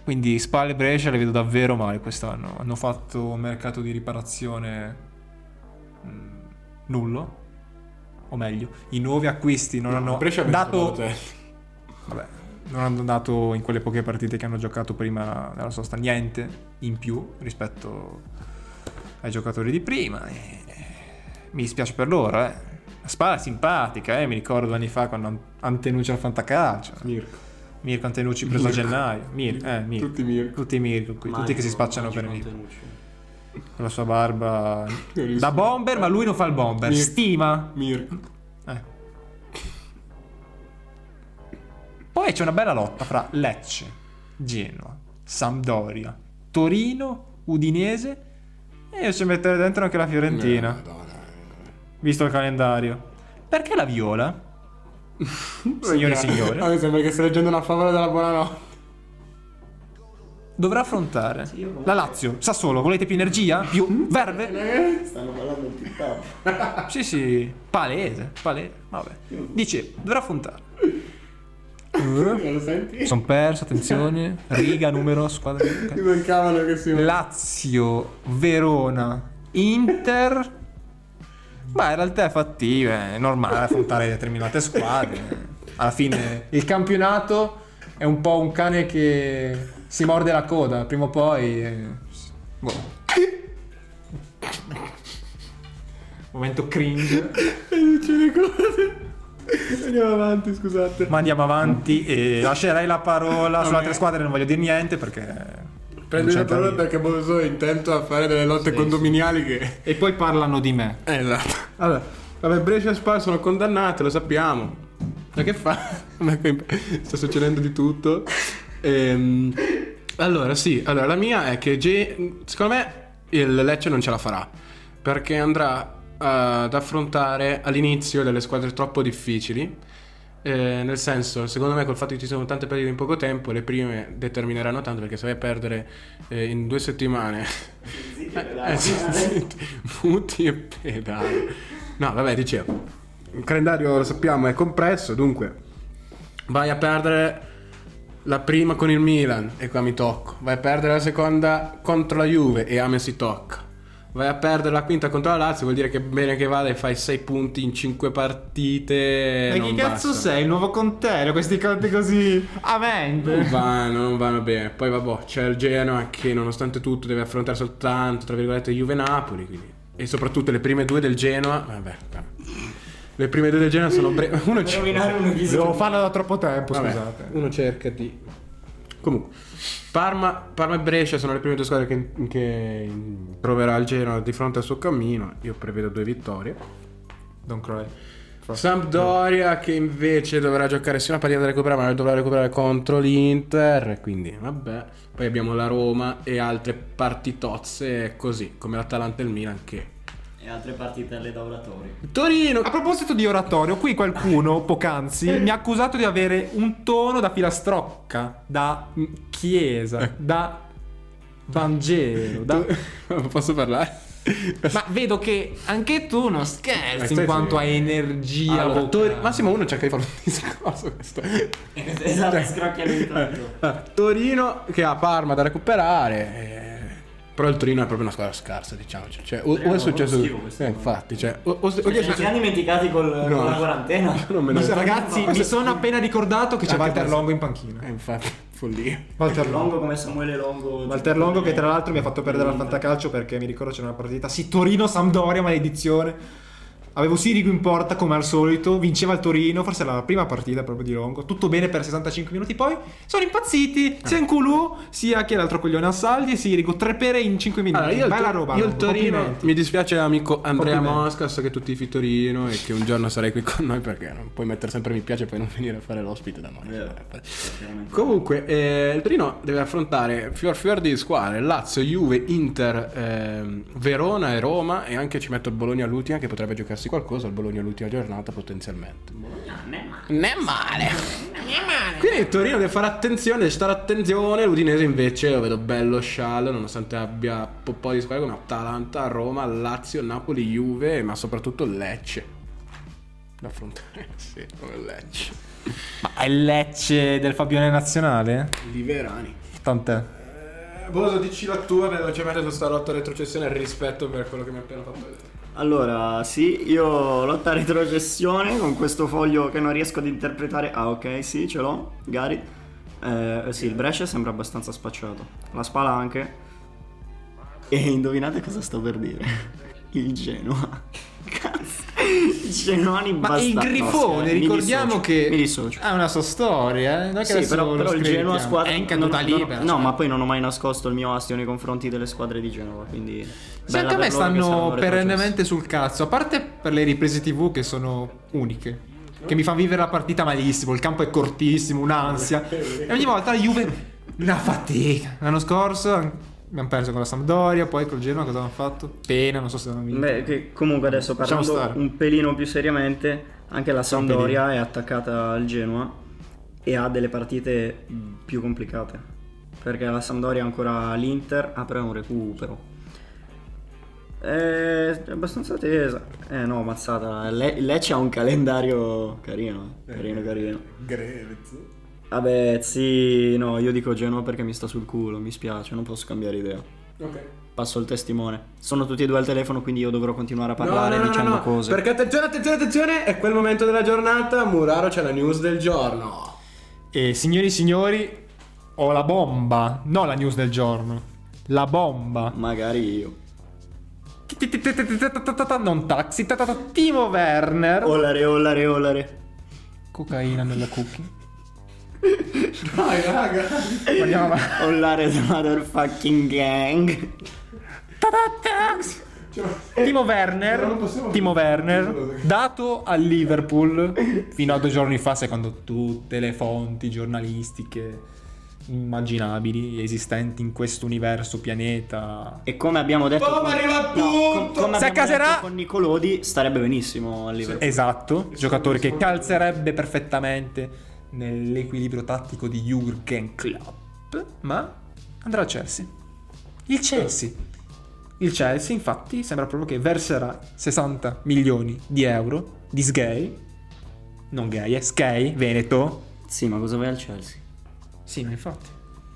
Quindi Spal e Brescia le vedo davvero male quest'anno. Hanno fatto un mercato di riparazione mm, nullo. O meglio, i nuovi acquisti non hanno
Brescia ha vinto
dato
Balotelli.
vabbè, non hanno dato in quelle poche partite che hanno giocato prima nella sosta niente in più rispetto ai giocatori di prima. e- e- mi dispiace per loro, eh. La Spalla è simpatica, eh. Mi ricordo anni fa quando An- Antenucci al fantacalcio.
Mirko.
Mirko Antenucci preso a gennaio. Mir- eh, Mirko.
Tutti Mirko.
Tutti Mirko, qui, tutti che si spacciano per Mirko. Con la sua barba da
riesco.
bomber, ma lui non fa il bomber.
Mirko.
Stima.
Mirko.
Eh. Poi c'è una bella lotta fra Lecce, Genoa, Sampdoria, Torino, Udinese e io ci metterei dentro anche la Fiorentina, visto il calendario. Perché la viola? Signore e signori.
A me sembra che stia leggendo una favola della buonanotte.
Dovrà affrontare la Lazio, Sassuolo, volete più energia? Più verve?
Mm? Stanno parlando di TikTok.
Sì, sì, palese, palese, vabbè. Dice, dovrà affrontare.
Non lo senti?
Sono perso, attenzione, riga, numero, squadra. ok.
Ti mancavano che si
Lazio, Verona, Inter. Beh, in realtà è fattibile, è normale affrontare determinate squadre. Alla fine il campionato è un po' un cane che si morde la coda, prima o poi... eh, boh. Momento cringe.
Andiamo avanti, scusate.
Ma andiamo avanti e lascerei la parola sulle altre squadre, non voglio dire niente perché...
Prendi la
c'entra
parola
niente.
perché Boso è intento a fare delle lotte condominiali che...
E poi parlano di me.
Eh, esatto.
Allora, vabbè, Brescia e Spal sono condannate, lo sappiamo.
Ma che fa? Ma che- Sta succedendo di tutto.
Ehm, allora, sì, allora la mia è che Ge- secondo me il Lecce non ce la farà perché andrà eh, ad affrontare all'inizio delle squadre troppo difficili. eh, nel senso, secondo me, col fatto che ci sono tante partite in poco tempo, le prime determineranno tanto perché se vai a perdere eh, in due settimane, Eh, sì, zitti, muti e pedali. No, vabbè, dicevo, il calendario lo sappiamo è compresso, dunque vai a perdere la prima con il Milan e qua mi tocco. Vai a perdere la seconda contro la Juve e a me si tocca. Vai a perdere la quinta contro la Lazio, vuol dire che bene che vada e fai 6 punti in 5 partite.
Ma chi
non
cazzo
basta.
sei? Il nuovo contello, questi conti così.
Non
Amen.
vanno, non vanno bene. Poi vabbè, c'è il Genoa che nonostante tutto deve affrontare soltanto, tra virgolette, Juve-Napoli. quindi- E soprattutto le prime due del Genoa... Vabbè, vabbè. Le prime due del Genoa sono... Bre- uno c'è...
Cioè.
Devo farlo da troppo tempo,
Vabbè,
scusate.
Uno cerca di. Comunque, Parma, Parma e Brescia sono le prime due squadre che, che troverà il Genoa di fronte al suo cammino. Io prevedo due vittorie.
Don't cry.
Sampdoria che invece dovrà giocare sia una partita da recuperare, ma la dovrà recuperare contro l'Inter. Quindi, vabbè. Poi abbiamo la Roma e altre partitozze così, come l'Atalanta e il Milan che.
E altre partite alle lavoratori.
Torino!
A proposito di oratorio, qui qualcuno poc'anzi mi ha accusato di avere un tono da filastrocca, da mm,
Eh.
chiesa, da Vangelo, da...
Posso parlare?
Ma vedo che anche tu non scherzi
Eh,
in quanto a
sì.
energia
Allora, Tor-
vocale.
Massimo uno cerca di fare un discorso questo.
esatto, scrocchiamento.
Ah, Torino che ha Parma da recuperare. eh, Però il Torino è proprio una squadra scarsa, diciamoci. Cioè, o, o è
Torino
successo.
schifo questo
eh,
anno.
infatti, cioè, o, o- o-
Cioè, ci siamo dimenticati col, con la quarantena.
non me ne
Mi sa- Ragazzi, mi sono appena ricordato che c'è
Anche
Walter
questo.
Longo in panchina. Eh.
Eh, infatti, follia.
Walter
Longo come Samuele Longo.
Walter Longo che tra l'altro mi ha fatto perdere al fantacalcio perché mi ricordo c'era una partita sì Torino-Sampdoria maledizione avevo Sirigu in porta come al solito vinceva il Torino forse era la prima partita proprio di Longo tutto bene per 65 minuti poi sono impazziti sia in culù sia che l'altro coglione a saldi Sirigu tre pere in 5 minuti
Allora, io, il
bella
Tor-
roba
io il
Longo,
Torino.
complimenti.
Mi dispiace, amico Andrea
Complimenti.
Mosca. So che tu tifi Torino e che un giorno sarai qui con noi perché non puoi mettere sempre mi piace e poi non venire a fare l'ospite da noi. Cioè, Comunque, eh, il Torino deve affrontare fior fior di squadre: Lazio, Juve, Inter, ehm, Verona e Roma. E anche ci metto il Bologna all'ultima, che potrebbe giocarsi qualcosa. Il Bologna all'ultima giornata, potenzialmente.
Non è male.
Non è male. Quindi il Torino deve fare attenzione, deve stare attenzione. L'Udinese invece lo vedo bello sciallo, nonostante abbia un po' po' di squadre come Atalanta, Roma, Lazio, Napoli, Juve, ma soprattutto Lecce. Da affrontare, sì, come Lecce.
Ma è il Lecce del Fabione Nazionale?
Liverani.
Tant'è.
Eh, Boso, dici la tua velocemente su sta lotta retrocessione rispetto per quello che mi ha appena fatto vedere.
Allora, sì, io lotta a retrocessione con questo foglio che non riesco ad interpretare. Ah, ok, sì, ce l'ho. Gary. Eh, sì, il Brescia sembra abbastanza spacciato. La Spala anche. E indovinate cosa sto per dire? Il Genoa. Cazzo. I Genoani
Ma
bastardi.
il
No,
Grifone,
scherzo, mi
ricordiamo
dissocio,
che
Mi dissocio.
ha una sua storia, eh? Non è che
Sì,
adesso
però,
lo eh.
però il
screditiamo.
Genoa squadra
è in
non-
caduta
non-
libera. cioè.
No, ma poi non ho mai nascosto il mio astio nei confronti delle squadre di Genova, quindi
Sì,
bella
anche a me
per loro che
stanno
saranno
perennemente sul cazzo, a parte per le riprese TV che sono uniche. Che mi fanno vivere la partita malissimo, il campo è cortissimo, un'ansia. E ogni volta la Juve una fatica. L'anno scorso abbiamo perso con la Sampdoria, poi col Genoa cosa hanno fatto? Pena, non so se hanno vinto.
Beh, che comunque adesso
Lasciamo
parlando
stare.
un pelino più seriamente, anche la Sampdoria è attaccata al Genoa e ha delle partite più complicate. Perché la Sampdoria ha ancora l'Inter, ah però è un recupero. Eh, È abbastanza tesa. Eh no, mazzata. Le- Lecce ha un calendario carino, eh. carino, carino. Vabbè, sì, no, io dico Genoa perché mi sta sul culo, mi spiace, non posso cambiare idea.
Ok.
Passo il testimone. Sono tutti e due al telefono, quindi io dovrò continuare a parlare
No, no, no,
dicendo
no, no,
cose.
Perché attenzione, attenzione, attenzione, è quel momento della giornata, Muraro c'è la news del giorno.
E signori e signori, ho la bomba, non la news del giorno. La bomba.
Magari io.
Non taxi, Timo Werner.
Olare, olare, olare.
Cocaina nella cookie.
Dai, raga.
Andiamo avanti.
Olare the motherfucking gang.
Cioè,
Timo Werner, Timo Werner, dato al Liverpool fino a due giorni fa, secondo tutte le fonti giornalistiche immaginabili esistenti in questo universo pianeta.
E come abbiamo detto...
Poma
con-
arriva
no,
appunto!
com- come
Se
abbiamo
accaserà-
detto con Nicolodi starebbe benissimo al Liverpool.
Esatto, giocatore che calzerebbe perfettamente nell'equilibrio tattico di Jurgen Klopp, ma andrà al Chelsea. Il Chelsea. Il Chelsea, infatti, sembra proprio che verserà 60 milioni di euro di Sgay. Non gay, è Sgay, Veneto.
Sì, ma cosa vai al Chelsea?
Sì, ma infatti.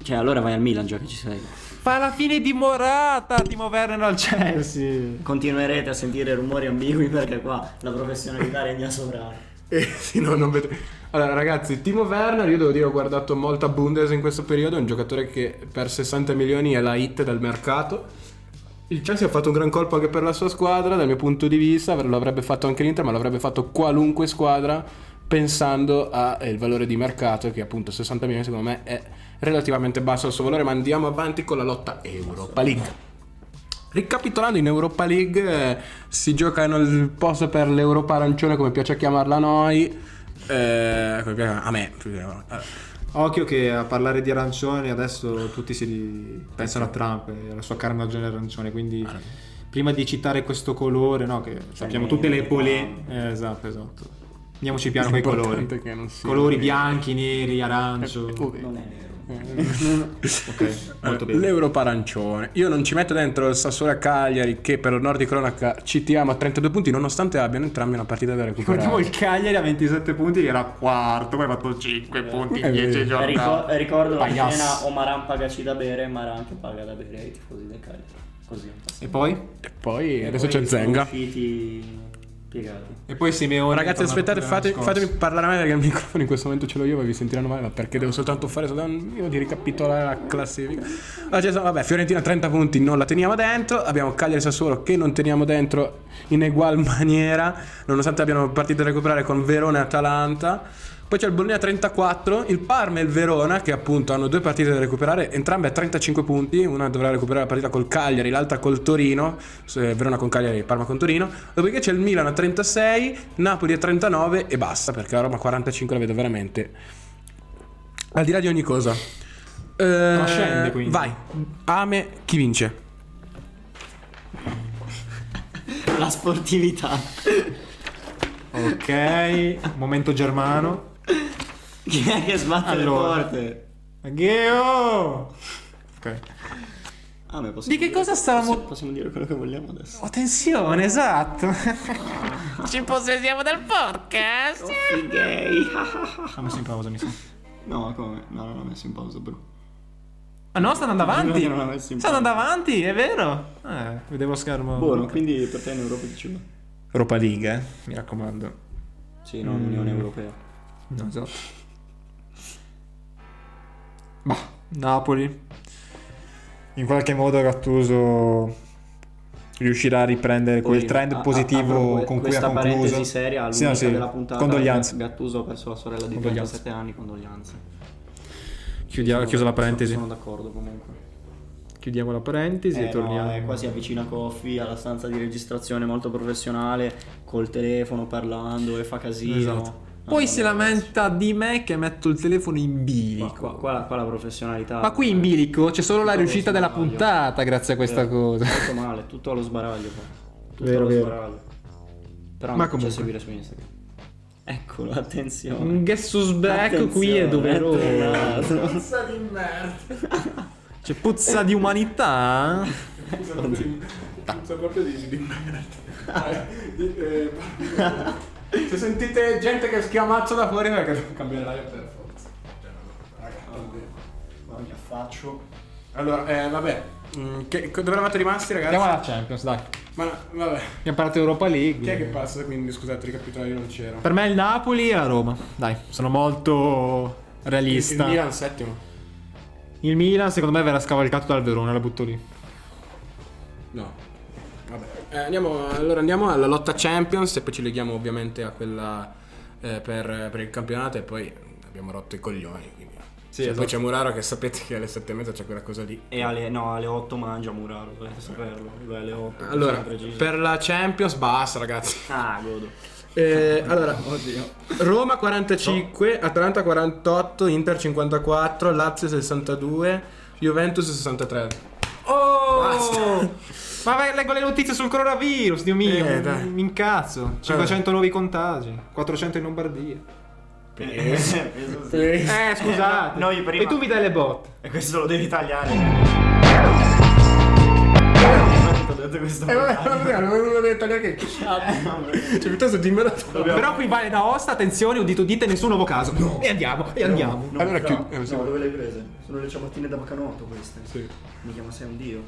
Cioè, allora vai al Milan, già che ci sei.
Fa la fine di Morata Timo Werner al Chelsea.
Continuerete a sentire rumori ambigui perché qua la professionalità regna sovrana.
Eh, sì, no, non vedo. Allora, ragazzi, Timo Werner, io devo dire, ho guardato molta Bundes in questo periodo. È un giocatore che per 60 milioni è la hit del mercato. Il Chelsea ha fatto un gran colpo anche per la sua squadra. Dal mio punto di vista, avre- lo avrebbe fatto anche l'Inter, ma l'avrebbe fatto qualunque squadra pensando al valore di mercato, che appunto 60 milioni secondo me è relativamente basso il suo valore. Ma andiamo avanti con la lotta Europa League. Ricapitolando in Europa League eh, si giocano il posto per l'Europa arancione come piace chiamarla a noi. Eh, come piace- a me. più che- allora.
Occhio che a parlare di arancione adesso tutti si di- pensano a Trump e alla sua carnagione arancione, quindi prima di citare questo colore, no, che sappiamo Cioè, tutte le pole... Eh, esatto, esatto. Andiamoci piano con i colori.
L'importante è che non sia-
Colori bianchi, neri, arancio. Ok, molto bene.
L'Europa arancione. Io non ci metto dentro il Sassuolo a Cagliari che per onor di cronaca citiamo a 32 punti nonostante abbiano entrambi una partita da recuperare.
Ricordiamo il Cagliari a 27 punti che era quarto, poi ha fatto 5 punti
È
in 10
vero.
giorni.
ricordo la
Pagliasso.
scena Omaran pagaci da bere, Maran che paga da bere ai tifosi del Cagliari. Così.
E poi?
E poi adesso
Poi
c'è
sono
Zenga.
usciti piegati.
E poi Simeone.
Ragazzi,
che torna
aspettate, fate-
proprio l'anno
fatemi
scorso.
parlare a me perché il microfono in questo momento ce l'ho io, ma vi sentiranno male, ma perché devo soltanto fare soltanto un minimo di ricapitolare la classifica. Allora, ci sono- vabbè, Fiorentina 30 punti, non la teniamo dentro, abbiamo Cagliari e Sassuolo che non teniamo dentro in egual maniera, nonostante abbiano partito a recuperare con Verona e Atalanta. Poi c'è il Bologna 34, il Parma e il Verona che appunto hanno due partite da recuperare, entrambe a 35 punti, una dovrà recuperare la partita col Cagliari, l'altra col Torino, se- Verona con Cagliari e Parma con Torino, dopodiché c'è il Milan a 36, Napoli a 39 e basta perché la Roma 45 la vedo veramente al di là di ogni cosa. Eh,
Trascende, quindi.
Vai, Ame chi vince?
La sportività.
Ok, momento germano.
Chi è che sbatte
Allora.
le porte?
Gheo! Ok.
Ah, beh, possiamo
Di
dire-
che cosa stavamo-
possi- Possiamo dire quello che vogliamo adesso.
Attenzione, esatto. Ci possediamo del podcast.
Coffee gay. Oh,
Ha messo in pausa, mi sa.
no, come? No, non l'ho messo in pausa, bro.
Ah no, stanno andando avanti.
Non l'ho messo in
Stanno
pausa.
andando avanti, è vero. Eh, vedevo lo schermo.
Buono, quindi per te in Europa diceva.
Europa League, eh, mi raccomando.
Sì, no, Unione Europea.
No, esatto. Bah, Napoli.
In qualche modo Gattuso riuscirà a riprendere quel
Poi,
trend
a- a-
positivo
apro
con cui ha
questa
concluso.
parentesi seria
Sì, no,
all'unica
sì.
della puntata
Condoglianze.
Gattuso ha perso la sorella di
Condoglianze.
37 anni condoglianze
Chiudiamo,
Sono-
chiusa la parentesi.
sono, sono d'accordo comunque
Chiudiamo la parentesi
eh, no, eh, qua si avvicina Coffi alla stanza di registrazione molto professionale col telefono parlando e fa casino
Esatto. Poi
Madonna,
si lamenta di me che metto il telefono in
qua,
bilico.
qua, qua- qua la professionalità
Ma qui in bilico c'è solo la
Tutto
riuscita
allo
della
sbaraglio.
puntata grazie a questa
Eh,
cosa.
tutto male tutto allo sbaraglio qua. tutto
Vero,
allo
vero.
sbaraglio però
Ma
mi comunque...
comunque.
seguire su Instagram eccolo attenzione
Un guess who's back
Attenzione,
ecco qui è
è
doveroso.
tornato.
C'è puzza di umanità?
Sono proprio di, di merda. Di- eh, Se sentite gente che schiamazza da fuori perché cambiare l'aria per forza. Cioè, raga,
Ma mi affaccio.
Allora, eh, vabbè. Mm, che, co- dove eravate rimasti, ragazzi?
Andiamo alla Champions, dai.
Ma vabbè.
Abbiamo parlato Europa
Chi è che
League.
passa? Quindi scusate, ricapitolare non c'ero.
Per me il Napoli e la Roma. Dai, sono molto
Il
realista.
Milan settimo.
Il Milan, secondo me verrà scavalcato dal Verona, la butto lì.
No. Vabbè. Eh, andiamo, allora andiamo alla lotta Champions e poi ci leghiamo ovviamente a quella eh, per, per il campionato e poi abbiamo rotto i coglioni. Quindi. Cioè,
esatto.
Poi c'è Muraro che sapete che alle sette e mezza c'è quella cosa lì.
E alle, no, alle 8 mangia Muraro, dovete saperlo. Lui alle 8.
Allora,
preciso.
per la Champions basta ragazzi.
Ah, godo.
Eh, allora, Roma 45, Atalanta 48, Inter 54, Lazio 62, Juventus 63.
Oh! Ma vai, leggo le notizie sul coronavirus, Dio mio.
Eh, dai.
mi incazzo. 500 nuovi contagi, 400 in Lombardia.
Penso Eh, sì.
Eh, scusate.
Eh, no, noi prima-
E tu mi dai le botte.
E questo lo devi tagliare. Ho detto questo.
Eh, non l'ho detto neanche Cioè, piuttosto dimmelo.
Però qui vale da osta, attenzione, udito dite, nessun nuovo caso. E andiamo, e andiamo.
Allora
no,
chiudi- eh,
no,
sì.
dove le hai prese? Sono le ciabattine da bacanotto queste. Sì. Mi chiama sei un dio.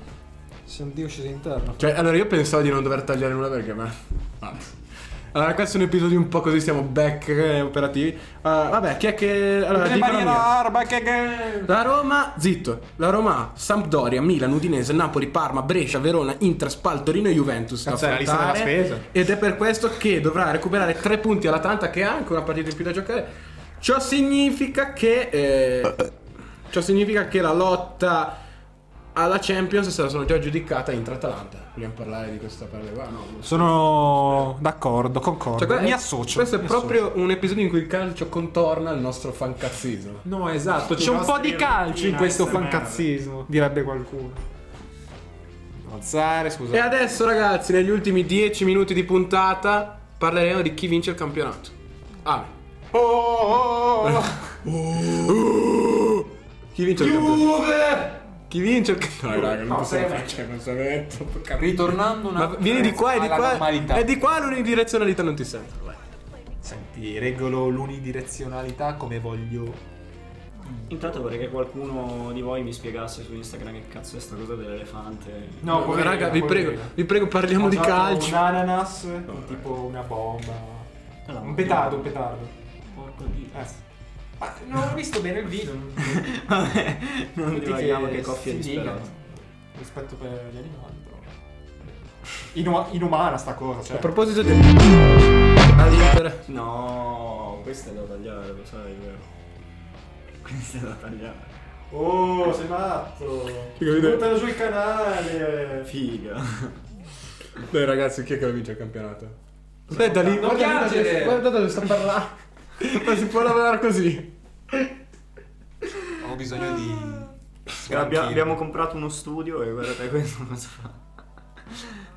Siamo Dio sceso interno.
Cioè, allora io pensavo di non dover tagliare nulla perché, ma. vabbè. Allora, questo è un episodio un po' così, siamo back eh, operativi. Ah, vabbè, chi è che. Allora, dicono mia.
che che...
La Roma, zitto. La Roma, Sampdoria, Milan, Udinese, Napoli, Parma, Brescia, Verona, Inter, Spal, Torino e Juventus. da
Cazzo, è la lista della
affrontare.
spesa.
Ed è per questo che dovrà recuperare tre punti all'Atalanta, che ha anche una partita in più da giocare. Ciò significa che. eh, ciò significa che la lotta alla Champions se la sono già giudicata Inter-Atalanta. Vogliamo parlare di questa parte qua? No.
Sono d'accordo, concordo.
Cioè, guarda,
mi
è-
associo.
Questo è
mi
proprio un episodio in cui il calcio contorna il nostro fancazzismo.
associo. No, esatto, c'è un po' di calcio in questo fancazzismo, direbbe qualcuno. Eh. Alzare, scusa.
E adesso, ragazzi, negli ultimi 10 minuti di puntata parleremo di chi vince il campionato. Ah. Oh,
oh,
Chi vince il campionato? Chi vince il campionato? No, raga, non possiamo farci questo evento.
Ritornando una
Ma vieni di qua e di
alla
qua.
normalità.
E di qua l'unidirezionalità non ti sento. vai.
Senti, regolo l'unidirezionalità come voglio.
Intanto vorrei che qualcuno di voi mi spiegasse su Instagram che cazzo è sta cosa dell'elefante.
No, poi
raga, vi prego, vi prego, parliamo di calcio.
Un ananas, con tipo una bomba. Un petardo, un petardo.
Porco dio.
Eh. Ma non ho visto bene il video. non-
Vabbè, non
Tutti
divaghiamo che coffia è
si
disperato.
negano. Rispetto per gli animali, però. Inu- inumana sta cosa, cioè.
A proposito di. All'Inter.
No, questa è da tagliare, lo sai, vero? Questa è da tagliare.
Oh, sei matto!
capite?
Buttalo sul canale!
Figa.
Dai, ragazzi, chi è che lo vince il campionato? Aspetta lì,
Non
guarda,
piangere!
guarda dove sto parlando. Ma si può lavorare così.
Ho bisogno di...
Abbia- abbiamo comprato uno studio e guardate questo cosa fa.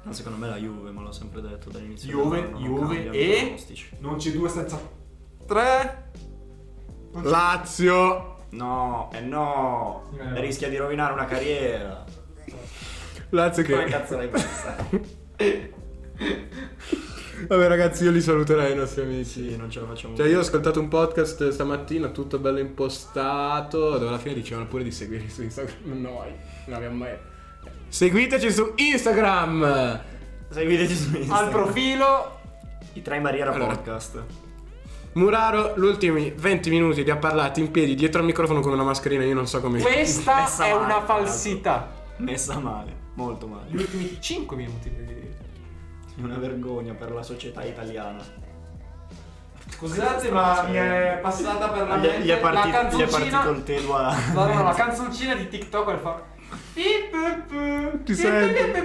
No, secondo me la Juve, ma l'ho sempre detto dall'inizio.
Juve,
dell'anno, non
Juve
cambiano i
e...
pronostici.
Non c'è due senza... Tre...
Lazio.
No, eh no, rischia di rovinare una carriera.
Lazio
Come
che...
cazzo l'hai pensato?
Vabbè ragazzi, io li saluterei i nostri amici.
Sì, non ce la facciamo
Cioè, io ho ascoltato un podcast stamattina, tutto bello impostato, dove alla fine dicevano pure di seguirci su Instagram. Noi non abbiamo mai. Seguiteci su Instagram!
Seguiteci su Instagram.
profilo
I Tra in Barriera
Allora.
Podcast.
Muraro, gli ultimi 20 minuti li ha parlati in piedi dietro al microfono con una mascherina, io non so come.
Questa
Messa
è
male,
una
tra l'altro.
falsità.
Messa male, molto male.
Gli ultimi 5 minuti devi dire.
È una vergogna per la società italiana.
Scusate, ma mi è passata per la
Ah, Gli è,
mente
gli è partito,
la
gli è partito
canzoncina.
il telo alla...
No, no, no, la canzoncina di TikTok al fa. Ti
senti?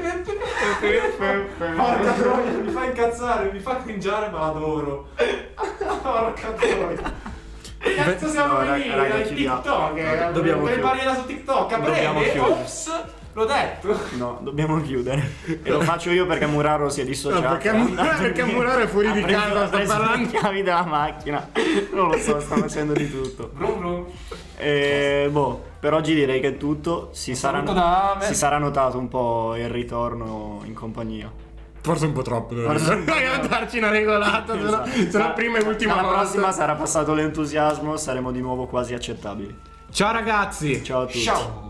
Porca troia, mi fa incazzare, mi fa cringiare, ma l'adoro. Porca troia. Cazzo siamo
No, raga,
lì,
raga,
dai,
chiudiamo.
TikTok, eh,
Dobbiamo
per
chiudere.
barriera su TikTok, a
Dobbiamo
breve,
chiudere.
ops, l'ho detto.
No, dobbiamo chiudere. E lo faccio io perché Muraro si è dissociato.
No, perché Muraro-
È andato
perché
via.
Muraro è fuori
Ha
di
preso-
casa,
ha
sta
preso le
parlando.
chiavi della macchina. Non lo so, sta facendo di tutto.
Brum brum.
E, boh, per oggi direi che è tutto. Si, sarà,
saluto da me.
si sarà notato un po' il ritorno in compagnia.
Forse un po' troppo.
Forse un po'
Dobbiamo darci una regolata, se no, se no
Ma-
prima e ultima
Alla
volta.
prossima sarà passato l'entusiasmo, saremo di nuovo quasi accettabili.
Ciao ragazzi!
Ciao a tutti.
Ciao.